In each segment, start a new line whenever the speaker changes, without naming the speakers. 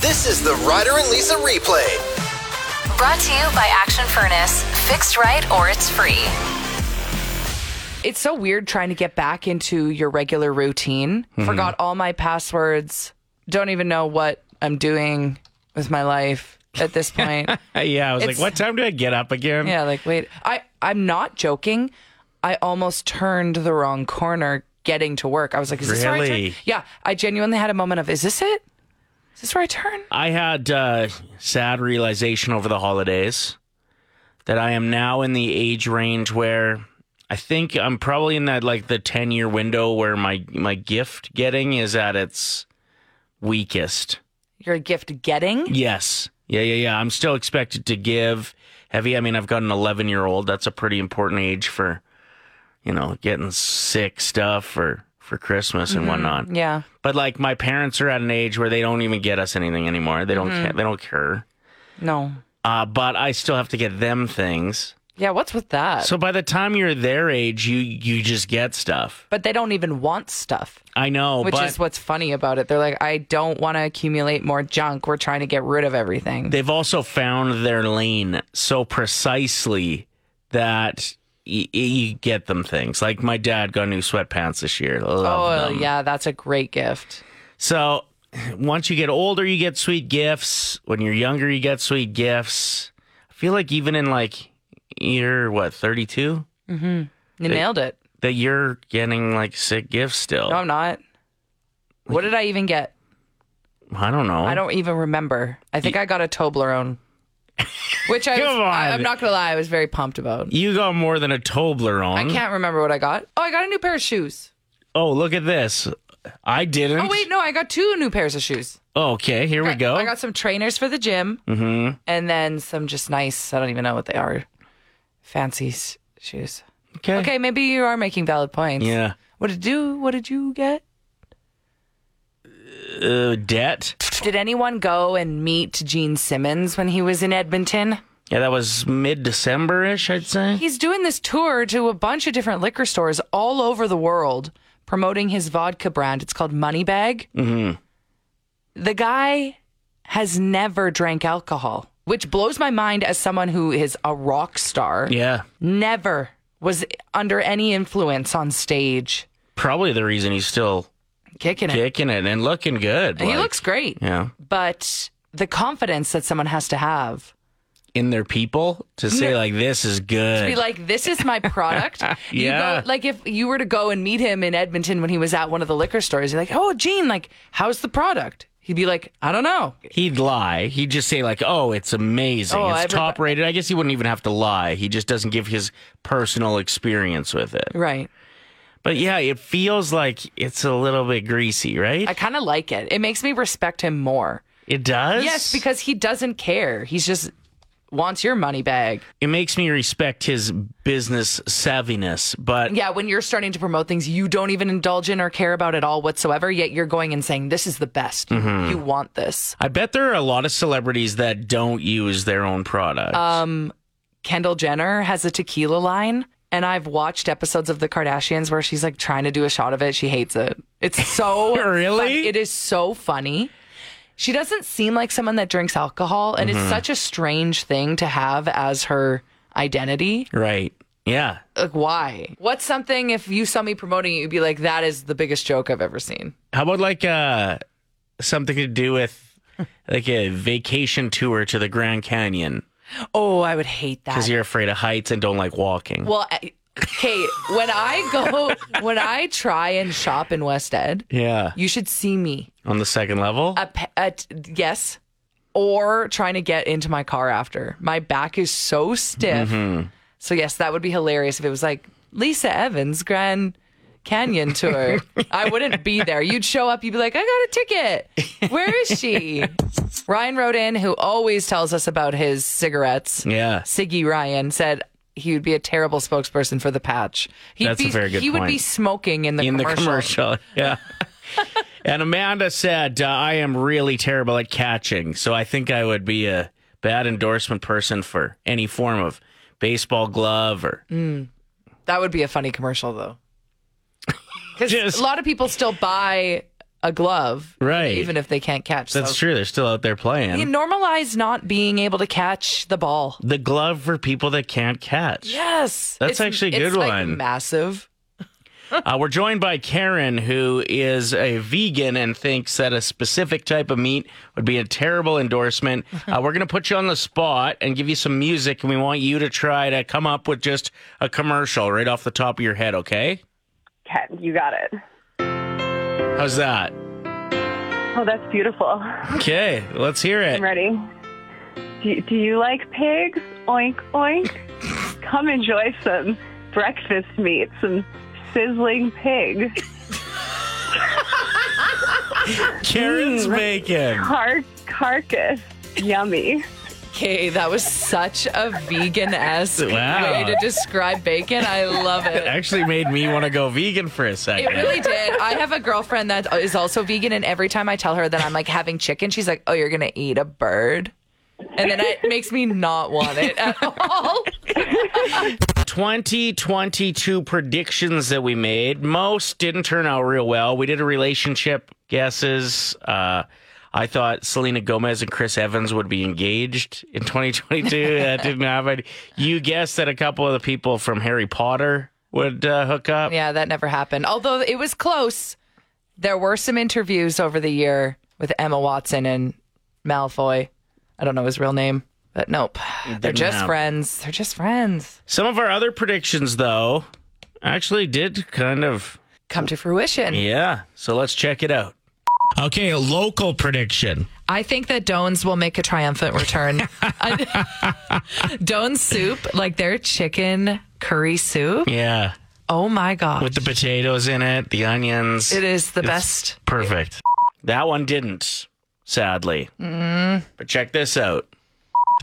This is the Ryder and Lisa replay.
Brought to you by Action Furnace. Fixed right or it's free.
It's so weird trying to get back into your regular routine.
Mm-hmm.
Forgot all my passwords. Don't even know what I'm doing with my life at this point.
Uh, yeah, I was
It's-
like, what time do I get up again?
yeah, like wait. I I'm not joking. I almost turned the wrong corner getting to work. I was like, is this where I turn?
Really?
Yeah, I genuinely had a moment of, is this it? Is this where I turn?
I had uh, sad realization over the holidays that I am now in the age range where I think I'm probably in that like the 10 year window where my my gift getting is at its weakest.
You're a gift getting?
Yes. Yeah, yeah, yeah. I'm still expected to give heavy. I mean, I've got an 11 year old. That's a pretty important age for, you know, getting sick stuff or for Christmas
Mm-hmm.
and whatnot.
Yeah.
But like my parents are at an age where they don't even get us anything anymore. They don't
Mm-hmm.
care. They don't care.
No.
Uh, but I still have to get them things.
Yeah, what's with that?
So by the time you're their age, you you just get stuff.
but they don't even want stuff.
I know,
Which
but
is what's funny about it. They're like, I don't want to accumulate more junk. We're trying to get rid of everything.
they've also found their lane so precisely that y- y- you get them things. Like my dad got new sweatpants this year. Love
oh,
them.
yeah, that's a great gift.
So once you get older, you get sweet gifts. When you're younger, you get sweet gifts. I feel like even in like year what 32
You nailed it.
that you're getting like sick gifts still.
No, I'm not. What did I even get?
I don't know.
I don't even remember. I think I got a Toblerone, which I, was,
Come on.
I I'm not gonna lie, I was very pumped about.
You got more than a
I
Toblerone.
can't remember what I got. Oh, I got a new pair of shoes.
Oh, look at this. I didn't. Oh,
Oh wait, no, I got two new pairs of shoes.
Okay, here we go.
I got some trainers for the gym, mm-hmm. and then some just nice. I don't even know what they are. Fancy s- shoes.
okay.
Okay, maybe you are making valid points.
Yeah.
What did you What did you get?
Uh, debt.
Did anyone go and meet Gene Simmons when he was in Edmonton?
Yeah, that was mid December ish, I'd say.
He's doing this tour to a bunch of different liquor stores all over the world, promoting his vodka brand. It's called Moneybag. Mm-hmm.
Mm-hmm.
The guy has never drank alcohol, which blows my mind as someone who is a rock star.
Yeah.
Never was under any influence on stage,
Probably the reason he's still
kicking it.
kicking it and looking good.
And he
like-
looks great,
Yeah.
but the confidence that someone has to have
In their people to say, like, this is good.
be like, this is my product. You
Yeah.
go, like if you were to go and meet him in Edmonton when he was at one of the liquor stores, you're like, oh, Gene, like, how's the product? He'd be like, I don't know.
He'd lie. He'd just say, like, oh, it's amazing.
Oh,
it's
everybo-
top rated. I guess he wouldn't even have to lie. He just doesn't give his personal experience with it.
Right.
But yeah, it feels like it's a little bit greasy, right?
I kind of like it. It makes me respect him more.
it does?
Yes, because he doesn't care. He's just wants your money bag.
it makes me respect his business savviness. But
Yeah, when you're starting to promote things you don't even indulge in or care about at all whatsoever, yet you're going and saying, this is the best. You want this.
I bet there are a lot of celebrities that don't use their own product.
Um, Kendall Jenner has a tequila line, and I've watched episodes of The Kardashians where she's like trying to do a shot of it. She hates it. It's so
Really?
fun- It is so funny. She doesn't seem like someone that drinks alcohol, and it's such a strange thing to have as her identity.
right. Yeah.
Like, why? What's something if you saw me promoting it, you'd be like, "That is the biggest joke I've ever seen."
How about like uh something to do with like a vacation tour to the Grand Canyon
Oh, I would hate that.
because you're afraid of heights and don't like walking.
well, I- Kate, when I go, when I try and shop in West Ed,
yeah.
you Uh, should see me.
On the second level?
a, pe- a t- yes or trying to get into my car after my back is so stiff
Mm-hmm.
so yes that would be hilarious if it was like lisa evans grand canyon tour i wouldn't be there you'd show up you'd be like i got a ticket where is she ryan wrote in who always tells us about his cigarettes
yeah.
siggy ryan said he would be a terrible spokesperson for the patch he'd
That's a
be
very good
he would be
point.
smoking in the
in
commercial,
the commercial. Yeah. and Amanda said, uh, I am really terrible at catching, so I think I would be a bad endorsement person for any form of baseball glove or
Mm, That would be a funny commercial, though. Because
Just-
a lot of people still buy a glove,
Right.
Even if they can't catch.
That's
so.
true. They're still out there playing.
You normalize not being able to catch the ball.
the glove for people that can't catch.
Yes, It's-
That's actually a
it's,
good
like,
one.
massive.
Uh, we're joined by Karen, who is a vegan and thinks that a specific type of meat would be a terrible endorsement. Uh, we're going to put you on the spot and give you some music, and we want you to try to come up with just a commercial right off the top of your head, okay?
Ken, you got it.
How's that?
Oh, that's beautiful. I'm
Okay, let's hear it.
ready. Do, do you like pigs? Oink, oink. Come enjoy some breakfast meat, some sizzling pig.
Mm,
Karen's bacon.
Car- carcass. Yummy.
Okay, that was such a vegan esque
Wow.
way to describe bacon. I love
It
it.
actually made me want to go vegan for a
It
second.
really did. I have a girlfriend that is also vegan, and every time I tell her that I'm like having chicken, she's like, "Oh, you're gonna eat a bird," and then it makes me not want it at all.
2022 predictions that we made. Most didn't turn out real well. We did a relationship guesses. Uh, I thought Selena Gomez and Chris Evans would be engaged in 2022. that didn't happen. You guessed that a couple of the people from Harry Potter would uh, hook up.
Yeah, that never happened. Although it was close. There were some interviews over the year with Emma Watson and Malfoy. I don't know his real name, but nope. They're
didn't
just
happen.
friends. They're just friends.
Some of our other predictions, though, actually did kind of.
Come to fruition.
Yeah. So let's check it out. Okay, a local prediction.
I think that Dones will make a triumphant return. Dones soup, like their chicken curry soup.
Yeah.
Oh my gosh.
With the potatoes in it, the onions.
it is the best.
Perfect. That one didn't, sadly.
Mm-hmm.
But check this out.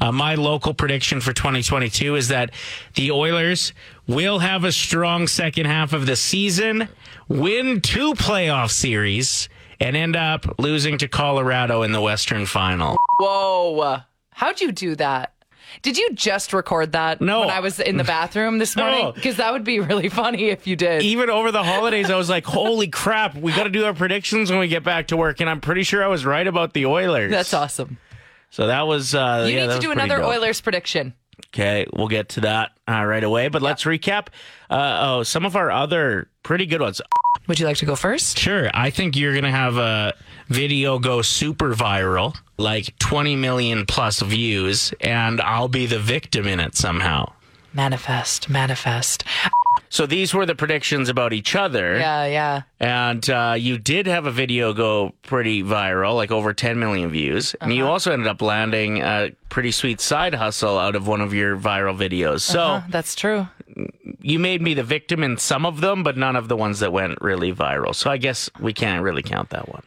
Uh, my local prediction for 2022 is that the Oilers will have a strong second half of the season, win two playoff series, and end up losing to Colorado in the Western Final.
Whoa. How'd you do that? Did you just record that
No.
when I was in the bathroom this
No. E-
morning? Because that would be really funny if you did.
Even over the holidays, I was like, holy crap, we got to do our predictions when we get back to work. And I'm pretty sure I was right about the Oilers.
That's awesome.
So that was. Uh,
You need
yeah, that
to
was
do
pretty
another
dope.
Oilers prediction.
Okay, we'll get to that uh, right away. But let's recap. Uh, oh, some of our other pretty good ones.
Would you like to go first?
Sure, I think you're gonna have a video go super viral, like 20 million plus views, and I'll be the victim in it somehow.
Manifest, manifest.
So these were the predictions about each other,
Yeah, yeah.
and uh, you did have a video go pretty viral, like over 10 million views, and you also ended up landing a pretty sweet side hustle out of one of your viral videos. So.
Huh, that's true.
you made me the victim in some of them, but none of the ones that went really viral. So I guess we can't really count that one.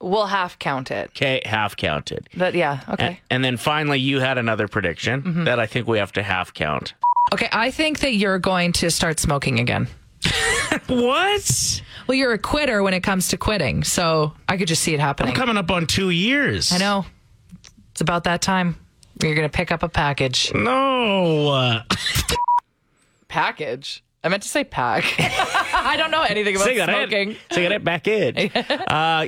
We'll half count it.
Okay, half counted.
But yeah, okay. Mm-hmm.
And, and then finally, you had another prediction that I think we have to half count.
Okay, I think that you're going to start smoking again.
What?
Well, you're a quitter when it comes to quitting, so I could just see it happening.
Coming up on two years.
I know. It's about that time. You're going to pick up a package.
No. Uh,
Package? I meant to say pack. I don't know anything about smoking.
Cigarette back in. uh,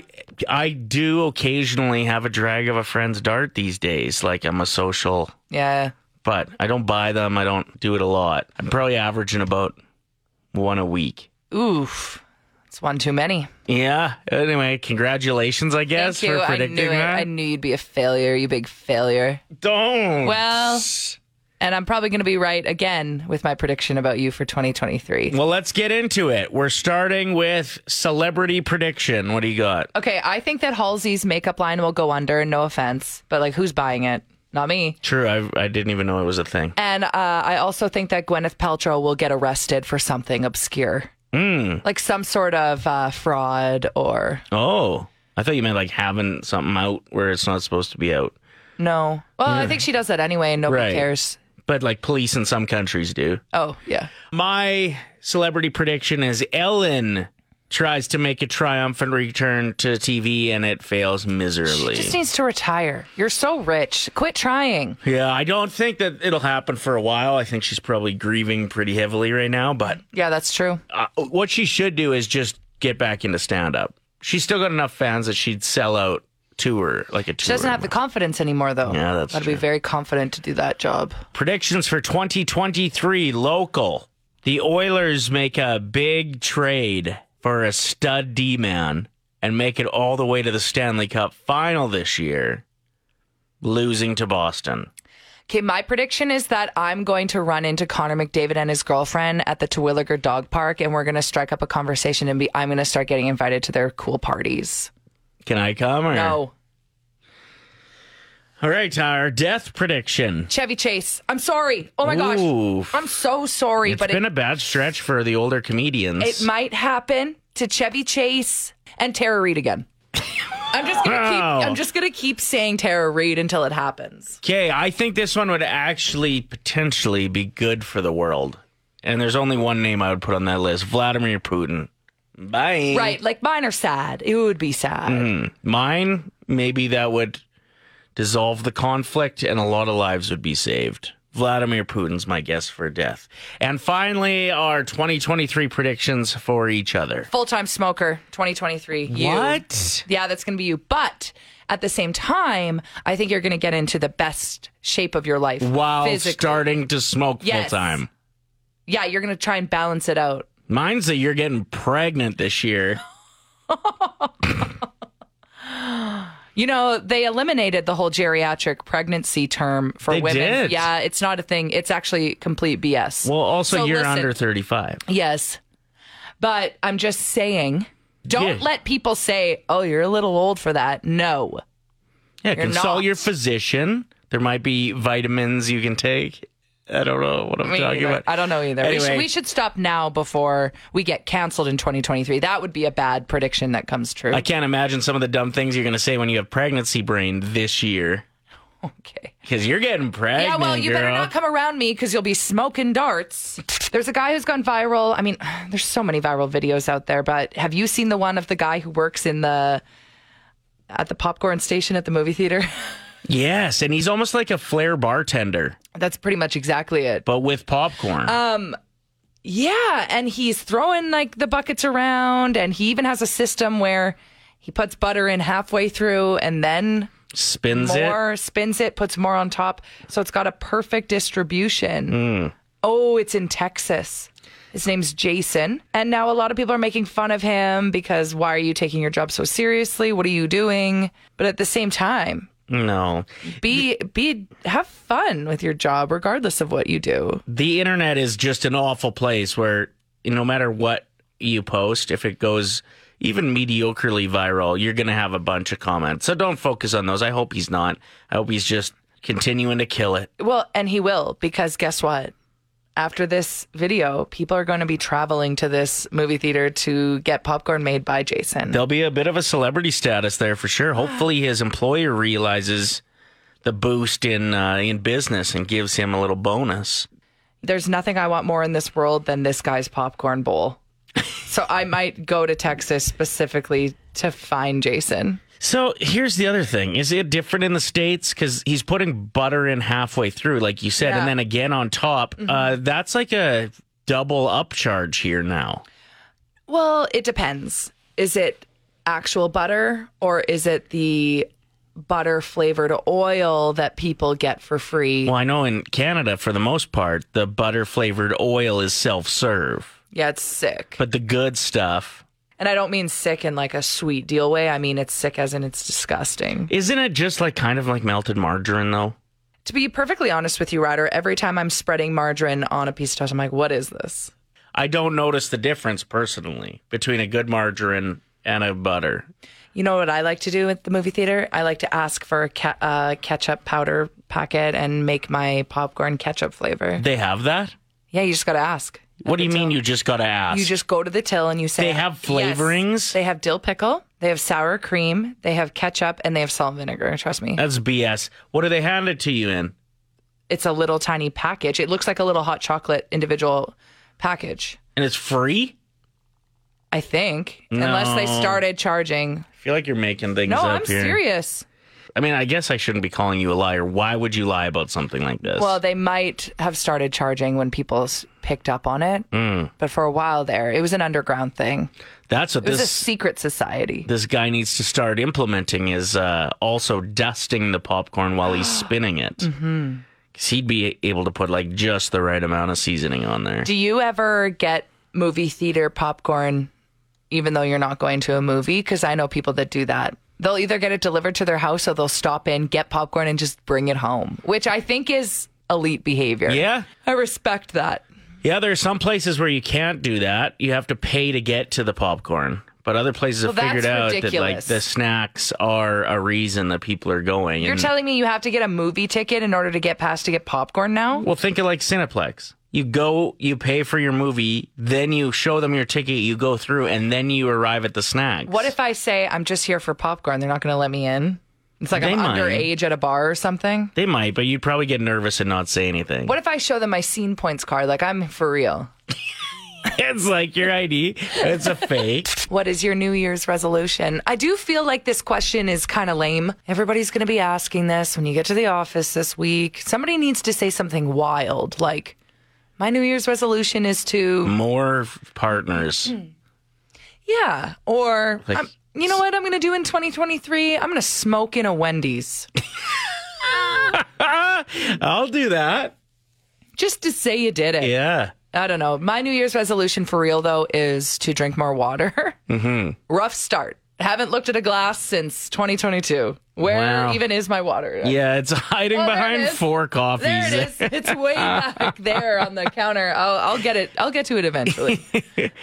I do occasionally have a drag of a friend's dart these days. Like I'm a social
Yeah.
but I don't buy them. I don't do it a lot. I'm probably averaging about one a week.
Oof. It's one too many.
Yeah. Anyway, congratulations, I guess,
Thank you.
for
I
predicting
knew it.
that.
I knew you'd be a failure, you big failure.
don't.
Well, and I'm probably going to be right again with my prediction about you for 2023.
Well, let's get into it. We're starting with celebrity prediction. What do you got?
Okay, I think that Halsey's makeup line will go under, no offense, but like who's buying it? Not me.
True. I, I didn't even know it was a thing.
And uh, I also think that Gwyneth Paltrow will get arrested for something obscure.
Hmm.
Like some sort of uh, fraud or
Oh, I thought you meant like having something out where it's not supposed to be out.
no. Well, I think she does that anyway and nobody
Right.
cares.
But like police in some countries do.
Oh, yeah.
My celebrity prediction is Ellen tries to make a triumphant return to TV and it fails miserably.
Just needs to retire. You're so rich. Quit trying.
yeah, I don't think that it'll happen for a while. I think she's probably grieving pretty heavily right now, but
Yeah, that's true.
uh, what she should do is just get back into stand up. She's still got enough fans that she'd sell out tour like a tour.
She doesn't have the confidence anymore, though.
Yeah, that's
Gotta
true.
be very confident to do that job.
Predictions for 2023 local. The Oilers make a big trade for a stud D man and make it all the way to the Stanley Cup final this year, losing to Boston.
Okay, my prediction is that I'm going to run into Connor McDavid and his girlfriend at the Terwilliger Dog Park, and we're going to strike up a conversation, and be, I'm going to start getting invited to their cool parties.
Can I come or
No,
All right, our death prediction.
Chevy Chase. I'm sorry. Oh my
Oof.
gosh. I'm so sorry,
It's
but
been
it,
a bad stretch for the older comedians.
it might happen to Chevy Chase and Tara Reid again. I'm just gonna
Wow.
keep. I'm just gonna keep saying Tara Reid until it happens.
Okay, I think this one would actually potentially be good for the world. And there's only one name I would put on that list Vladimir Putin. Bye.
Right, like mine are sad. It would be sad.
Mm-hmm. Mine, maybe that would dissolve the conflict and a lot of lives would be saved. Vladimir Putin's my guess for death. And finally, our 2023 predictions for each other.
Full time smoker, 2023. You.
What?
Yeah, that's going to be you. But at the same time, I think you're going to get into the best shape of your life.
While
physically.
starting to smoke
Yes.
full time.
Yeah, you're going to try and balance it out.
Mine's that you're getting pregnant this year.
You know, they eliminated the whole geriatric pregnancy term for
They
women.
did.
Yeah, it's not a thing. It's actually complete BS.
Well, also,
So
you're
listen.
under 35.
Yes. But I'm just saying, don't
Yeah.
let people say, oh, you're a little old for that. No.
Yeah,
You're
consult
not.
your physician. There might be vitamins you can take. I don't know what I'm
Me
talking
either.
about.
I don't know either. We,
Anyway.
should, we should stop now before we get canceled in 2023. That would be a bad prediction that comes true.
I can't imagine some of the dumb things you're going to say when you have pregnancy brain this year
okay.
because you're getting pregnant.
Yeah, well, you
girl.
better not come around me because you'll be smoking darts. There's a guy who's gone viral. I mean, there's so many viral videos out there, but have you seen the one of the guy who works in the at the popcorn station at the movie theater?
Yes, and he's almost like a flair bartender,
That's pretty much exactly it.
but with popcorn.
Uh, Yeah, and he's throwing like the buckets around, and he even has a system where he puts butter in halfway through and then
Spins
more, spins it, puts more on top. So it's got a perfect distribution. Oh, it's in Texas. His name's Jason. And now a lot of people are making fun of him because why are you taking your job so seriously? What are you doing? But at the same time,
it. No.
be be have fun with your job regardless of what you do.
The internet is just an awful place where no matter what you post, if it goes even mediocrely viral, you're going to have a bunch of comments. So don't focus on those. I hope he's not. I hope he's just continuing to kill it.
Well, and he will because guess what? After this video, people are going to be traveling to this movie theater to get popcorn made by Jason.
There'll be a bit of a celebrity status there for sure. Hopefully, his employer realizes the boost in uh, in business and gives him a little bonus.
there's nothing I want more in this world than this guy's popcorn bowl. so I might go to Texas specifically to find Jason.
So here's the other thing: is it different in the states? Because he's putting butter in halfway through, like you said,
Yeah. Mm-hmm.
and then again on top. Uh, that's like a double upcharge here now.
Well, it depends. Is it actual butter or is it the butter flavored oil that people get for free?
Well, I know in Canada, for the most part, the butter flavored oil is self serve,
Yeah, it's sick.
but the good stuff.
And I don't mean sick in like a sweet deal way. I mean it's sick as in it's disgusting.
Isn't it just like kind of like melted margarine though?
To be perfectly honest with you, Ryder, every time I'm spreading margarine on a piece of toast, I'm like, what is this?
I don't notice the difference personally between a good margarine and a butter.
You know what I like to do at the movie theater? I like to ask for a ca- uh, ketchup powder packet and make my popcorn ketchup flavor.
They have that?
Yeah, you just got to ask.
What do you mean you just got to ask?
You just go to the till and you say
They have
Yes.
flavorings?
they have dill pickle. They have sour cream. They have ketchup and they have salt and vinegar. Trust me,
That's BS. What do they hand it to you in?
it's a little tiny package. It looks like a little hot chocolate individual package.
And it's free?
I think, unless they
No.
started charging.
I feel like you're making things
No,
up
I'm
here.
serious.
I mean, I guess I shouldn't be calling you a liar. Why would you lie about something like this?
Well, they might have started charging when people s- picked up on it,
Hmm.
but for a while there, it was an underground thing.
that's what
It was a
this
secret society.
this guy needs to start implementing is uh, also dusting the popcorn while he's spinning it. mm
Mm-hmm.
he'd be able to put like just the right amount of seasoning on there.
Do you ever get movie theater popcorn, even though you're not going to a movie? Because I know people that do that. They'll either get it delivered to their house or they'll stop in, get popcorn, and just bring it home, which I think is elite behavior.
yeah.
I respect that.
Yeah, there are some places where you can't do that. You have to pay to get to the popcorn. But other places have
Well, that's
figured out that like
ridiculous.
the snacks are a reason that people are going.
You're
and-
telling me you have to get a movie ticket in order to get past to get popcorn now?
Well, think of like Cineplex. You go, you pay for your movie, then you show them your ticket, you go through, and then you arrive at the snacks.
What if I say I'm just here for popcorn? They're not going to let me in. It's like
They
I'm
might.
underage at a bar or something.
they might? But you'd probably get nervous and not say anything.
What if I show them my scene points card? Like I'm for real.
it's like your ID. It's a fake.
What is your New Year's resolution? I do feel like this question is kind of lame. Everybody's going to be asking this when you get to the office this week. Somebody needs to say something wild, like my New Year's resolution is to
More f- partners.
Hmm. yeah, or
Like-
I'm- you know what I'm going to do in 2023? I'm going to smoke in a Wendy's
I'll do that.
just to say you did it.
Yeah.
I don't know. My New Year's resolution for real though is to drink more water. Mm-hmm. Rough start. Haven't looked at a glass since 2022. Where
Wow.
even is my water?
Yeah, it's hiding
Oh, there
behind
it is.
four coffees.
There it is. It's way back there on the counter. I'll, I'll get it. I'll get to it eventually.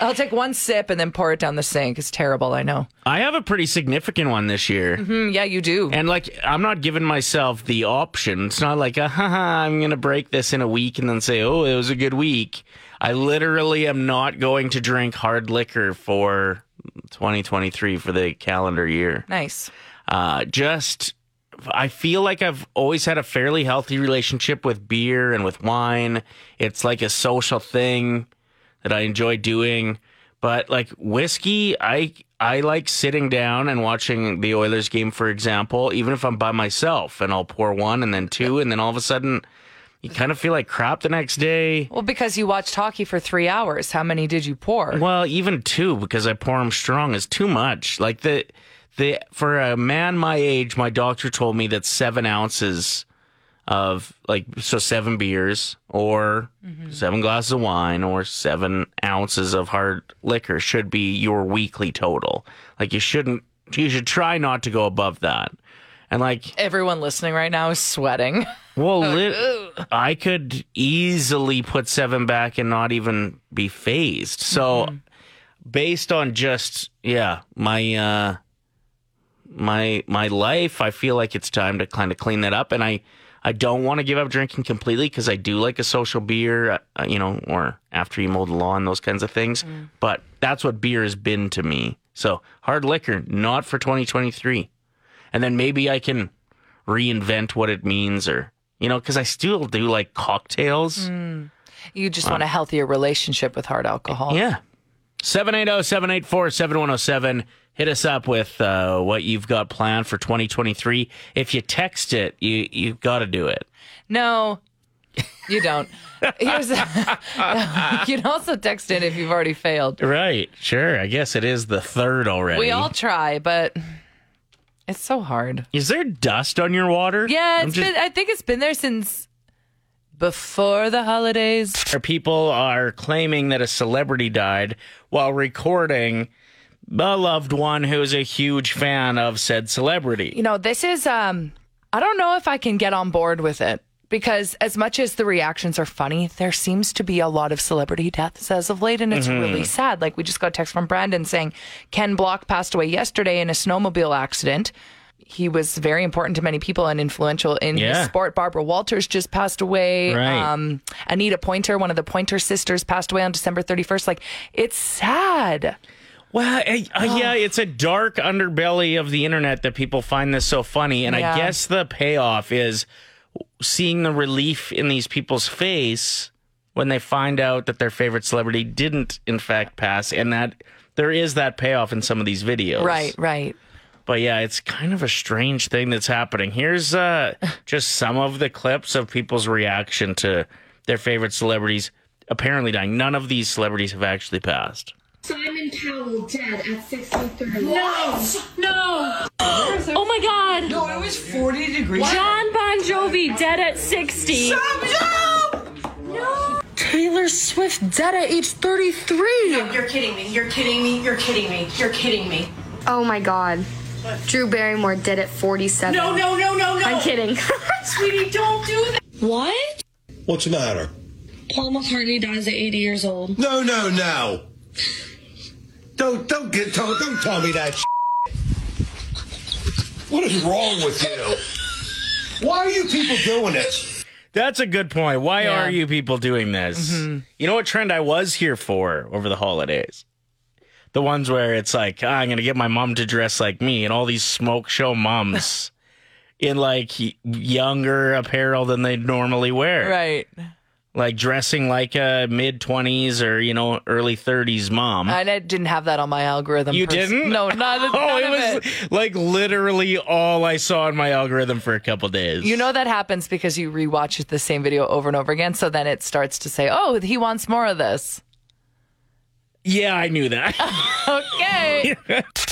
I'll take one sip and then pour it down the sink. It's terrible. I know.
I have a pretty significant one this year.
Mm, yeah, you do.
And like, I'm not giving myself the option. It's not like, ah, ha, ha, I'm going to break this in a week and then say, oh, it was a good week. I literally am not going to drink hard liquor for 2023 for the calendar year.
nice.
Uh, just, I feel like I've always had a fairly healthy relationship with beer and with wine. It's like a social thing that I enjoy doing. But like whiskey, I I like sitting down and watching the Oilers game, for example, even if I'm by myself, and I'll pour one and then two, and then all of a sudden, you kind of feel like crap the next day.
Well, because you watched hockey for three hours, how many did you pour?
Well, even two because I pour them strong is too much. Like the the for a man my age, my doctor told me that seven ounces of like so seven beers or seven glasses of wine or seven ounces of hard liquor should be your weekly total. Like you shouldn't you should try not to go above that. And like
Everyone listening right now is sweating.
well, li- I could easily put seven back and not even be phased. So, based on just yeah, my uh, my my life, I feel like it's time to kind of clean that up, and I I don't want to give up drinking completely because I do like a social beer, uh, you know, or after you mow the lawn, those kinds of things. But that's what beer has been to me. So hard liquor, not for 2023, and then maybe I can reinvent what it means or you know because i still do like cocktails
Mm. You just want a healthier relationship with hard alcohol.
yeah oh, 780-784-7107 hit us up with uh, what you've got planned for 2023 if you text it you you've got to do it
No, you don't. Here's you can also text in if you've already failed.
right sure i guess it is the third already
We all try, but it's so hard.
is there dust on your water
Yeah,
I'm
it's
just-
been, I think it's been there since before the holidays.
Our people are claiming that a celebrity died while recording a loved one who is a huge fan of said celebrity
You know, this is um I don't know if I can get on board with it because as much as the reactions are funny, there seems to be a lot of celebrity deaths as of late and it's
Mm-hmm.
really sad. Like we just got a text from Brandon saying Ken Block passed away yesterday in a snowmobile accident. He was very important to many people and influential in
Yeah.
his sport. Barbara Walters just passed away.
Right.
Um, Anita Pointer, one of the Pointer sisters, passed away on December 31st. Like, it's sad.
Well, I, I,
Oh.
yeah, it's a dark underbelly of the internet that people find this so funny, and I
Yeah.
guess the payoff is seeing the relief in these people's face when they find out that their favorite celebrity didn't, in fact, pass, and that there is that payoff in some of these videos.
Right, right.
But yeah, it's kind of a strange thing that's happening. Here's uh, just some of the clips of people's reaction to their favorite celebrities apparently dying. None of these celebrities have actually passed.
Simon Cowell dead at 63. No! No! Oh my god! No, it was 40 degrees. John Bon Jovi dead at 60. No! Taylor Swift dead at age 33.
You're kidding me. You're kidding me. You're kidding me. You're kidding me.
Oh my god. Drew Barrymore did at 47.
No, no, no, no, no.
I'm kidding.
Sweetie, don't do that.
What?
What's the matter?
Paul McCartney dies at 80 years old.
No, no, no. Don't don't get don't, don't tell me that. What is wrong with you? Why are you people doing this?
That's a good point. Why
Yeah. Mm-hmm.
are you people doing this? You know what trend I was here for over the holidays? The ones where it's like, "Ah, I'm going to get my mom to dress like me, and all these smoke show moms in like y- younger apparel than they'd normally wear.
Right.
Like dressing like a mid 20s or, you know, early 30s mom.
And I didn't have that on my algorithm.
You
pers-
didn't?
No, not
oh, it was like literally all I saw in my algorithm for a couple days.
You know that happens because you rewatch the same video over and over again. So then it starts to say, "Oh, he wants more of this."
Yeah, I knew that.
Okay.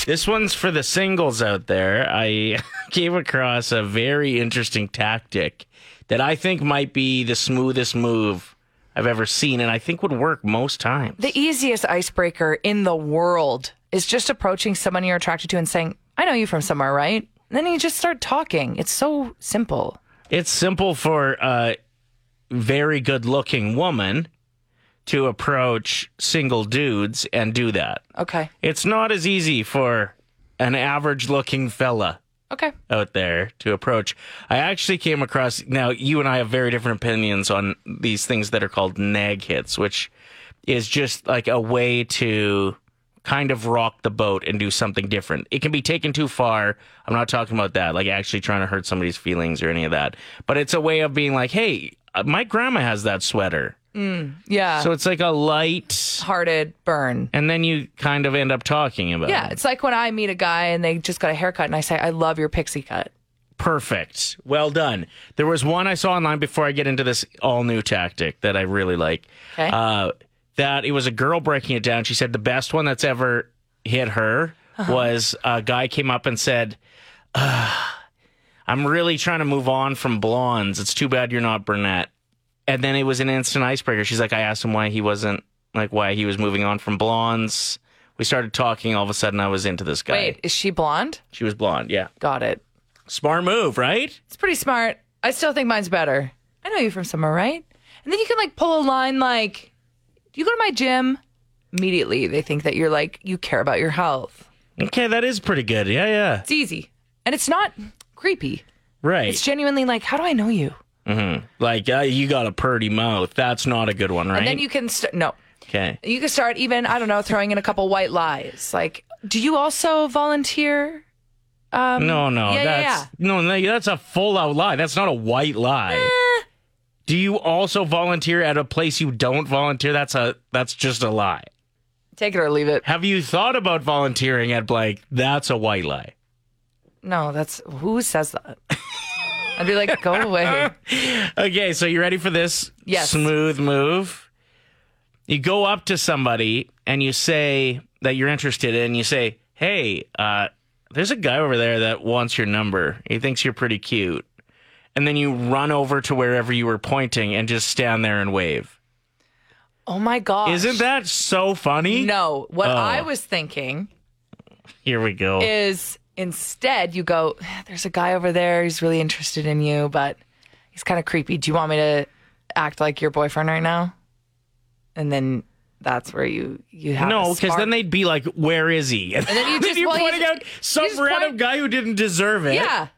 This one's for the singles out there. I came across a very interesting tactic that I think might be the smoothest move I've ever seen, and I think would work most times.
the easiest icebreaker in the world is just approaching someone you're attracted to and saying, "I know you from somewhere, right?" And then you just start talking. It's so simple.
It's simple for a very good looking woman to approach single dudes and do that.
Okay.
It's not as easy for an average looking fella
Okay.
out there to approach. I actually came across now you and I have very different opinions on these things that are called nag hits, which is just like a way to kind of rock the boat and do something different. It can be taken too far. I'm not talking about that, like actually trying to hurt somebody's feelings or any of that. But it's a way of being like, "Hey, uh, my grandma has that sweater."
Yeah.
So it's like a light
Hearted burn.
and then you kind of end up talking about
Yeah,
it.
it's like when I meet a guy and they just got a haircut and I say, I love your pixie cut.
Perfect. Well done. There was one I saw online before I get into this all new tactic that I really like.
Okay.
Uh, that it was a girl breaking it down. She said the best one that's ever hit her was a guy came up and said, "Ugh, I'm really trying to move on from blondes. It's too bad you're not brunette. And then it was an instant icebreaker. She's like, I asked him why he wasn't, like, why he was moving on from blondes. We started talking. All of a sudden, I was into this guy.
Wait, is she blonde?
She was blonde. Yeah.
Got it.
Smart move, right?
It's pretty smart. I still think mine's better. I know you from somewhere, right? And then you can like pull a line like, do you go to my gym? Immediately, they think that you're like, you care about your health.
Okay, that is pretty good. Yeah, yeah.
It's easy. And it's not creepy.
Right.
It's genuinely like, how do I know you?
like, uh, you got a pretty mouth. That's not a good one, right?
And then you can, st- no,
okay.
you can start even, I don't know, throwing in a couple white lies. Like, do you also volunteer? Um,
No, no.
yeah, yeah,
that's,
yeah.
No, no, that's a full out lie. That's not a white lie. Do you also volunteer at a place you don't volunteer? That's a that's just a lie.
Take it or leave it.
Have you thought about volunteering at blank? That's a white lie.
No, that's who says that? I'd be like, go away.
Okay, so you ready for this
Yes.
smooth move? You go up to somebody and you say that you're interested in. You say, "Hey, uh, there's a guy over there that wants your number. He thinks you're pretty cute." And then you run over to wherever you were pointing and just stand there and wave.
Oh my gosh.
Isn't that so funny?
No, what
Oh.
I was thinking
Here we go.
is instead you go, there's a guy over there who's really interested in you, but he's kind of creepy. Do you want me to act like your boyfriend right now? And then that's where you you have
no, because
because
then they'd be like, "Where is he?" And
then you just-
are
well, you
pointing
just-
out some
you just
random
point-
guy who didn't deserve it.
yeah.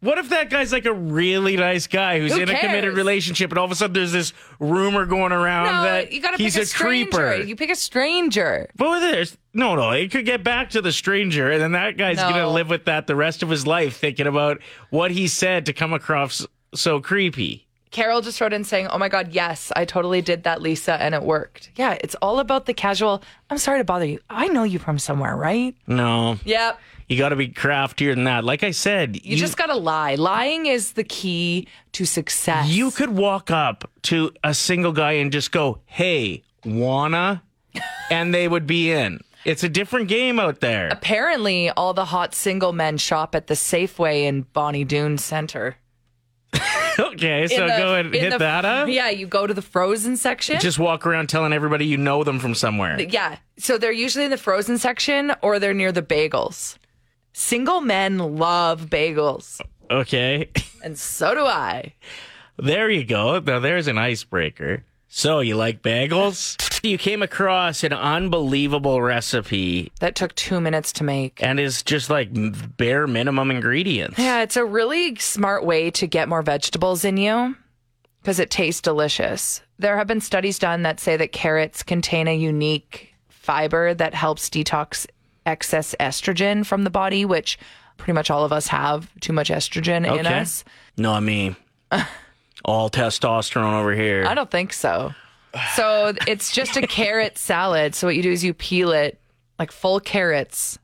What if that guy's like a really nice guy who's
Who
in a
cares?
committed relationship, and all of a sudden there's this rumor going around
No,
that
you gotta
he's
pick
a,
a, stranger.
creeper?
You pick a stranger.
but there's no, no, it could get back to the stranger, and then that guy's gonna
No.
live with that the rest of his life, thinking about what he said to come across so creepy.
Carol just wrote in saying, "Oh my God, yes, I totally did that, Lisa, and it worked." Yeah, it's all about the casual. I'm sorry to bother you. I know you from somewhere, right?
No,
Yep.
You got to be craftier than that. Like I said,
You, just gotta lie. Lying is the key to success.
You could walk up to a single guy and just go, "Hey, wanna?" and they would be in. It's a different game out there.
apparently all the hot single men shop at the Safeway in Bonnie Doon Center.
Okay, so
In the-
go and
in
hit
the-
that up.
Yeah, you go to the frozen section.
Just walk around telling everybody you know them from somewhere.
yeah, so they're usually in the frozen section or they're near the bagels. Single men love bagels,
Okay.
and so do I.
There you go. Now there's an icebreaker. So you like bagels? You came across an unbelievable recipe
That took two minutes to make.
and is just like m- bare minimum ingredients.
Yeah, it's a really smart way to get more vegetables in you because it tastes delicious. There have been studies done that say that carrots contain a unique fiber that helps detox excess estrogen from the body, which pretty much all of us have too much estrogen in
Okay.
us.
Not me. All testosterone over here.
I don't think so. So it's just a carrot salad. So what you do is you peel it like full carrots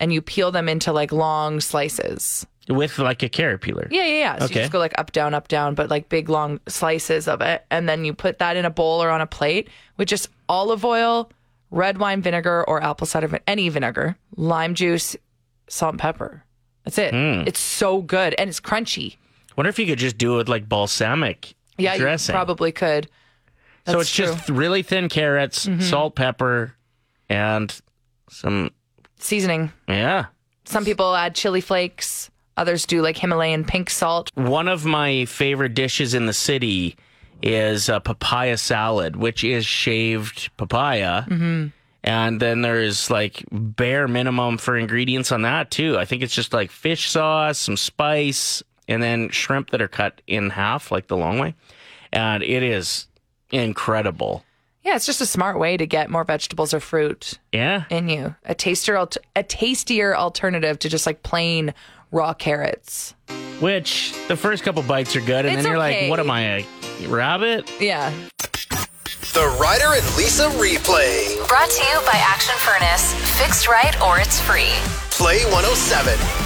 and you peel them into like long slices.
With like a carrot peeler.
Yeah, yeah, yeah. So
Okay.
you just go like up, down, up, down, but like big long slices of it. And then you put that in a bowl or on a plate with just olive oil, red wine vinegar, or apple cider, vin- any vinegar, lime juice, salt and pepper. That's it. It's so good and it's crunchy.
Wonder if you could just do it with like balsamic
Yeah,
dressing.
you probably could.
so it's just really thin carrots,
Mm-hmm.
salt, pepper, and some.
seasoning.
Yeah.
Some people add chili flakes, others do like Himalayan pink salt.
One of my favorite dishes in the city is a papaya salad, which is shaved papaya.
Mm-hmm.
And then there's like bare minimum for ingredients on that too. I think it's just like fish sauce, some spice, and then shrimp that are cut in half, like the long way. And it is incredible.
Yeah, it's just a smart way to get more vegetables or fruit.
Yeah.
in you. A tastier, alt- a tastier alternative to just like plain raw carrots.
Which the first couple bites are good, and
It's
then you're
okay.
like, what am I, a rabbit?
Yeah.
The Ryder and Lisa replay.
Brought to you by Action Furnace. Fixed right or it's free.
Play 107.